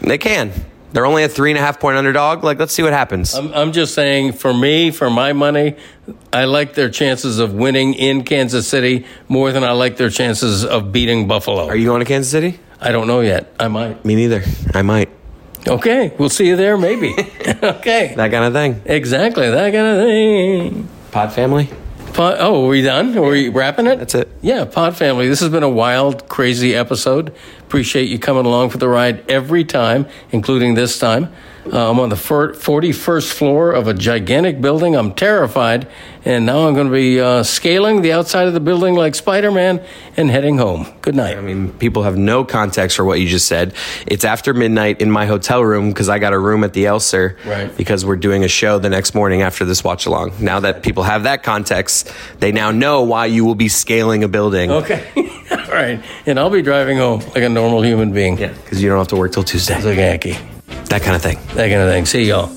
they can. They're only a three and a half point underdog. Like, let's see what happens. I'm, I'm just saying, for me, for my money, I like their chances of winning in Kansas City more than I like their chances of beating Buffalo. Are you going to Kansas City? I don't know yet. I might. Me neither. I might. Okay, we'll see you there, maybe. okay. That kind of thing. Exactly, that kind of thing. Pod family. Pod, oh, are we done? Are we wrapping it? That's it. Yeah, Pod family. This has been a wild, crazy episode. Appreciate you coming along for the ride every time, including this time. Uh, I'm on the fir- 41st floor of a gigantic building. I'm terrified, and now I'm going to be uh, scaling the outside of the building like Spider Man and heading home. Good night. I mean, people have no context for what you just said. It's after midnight in my hotel room because I got a room at the Elser Right. because we're doing a show the next morning after this watch along. Now that people have that context, they now know why you will be scaling a building. Okay. All right. And I'll be driving home like a normal human being. Yeah. Because you don't have to work till Tuesday. Like a Yankee. That kind of thing. That kind of thing. See y'all.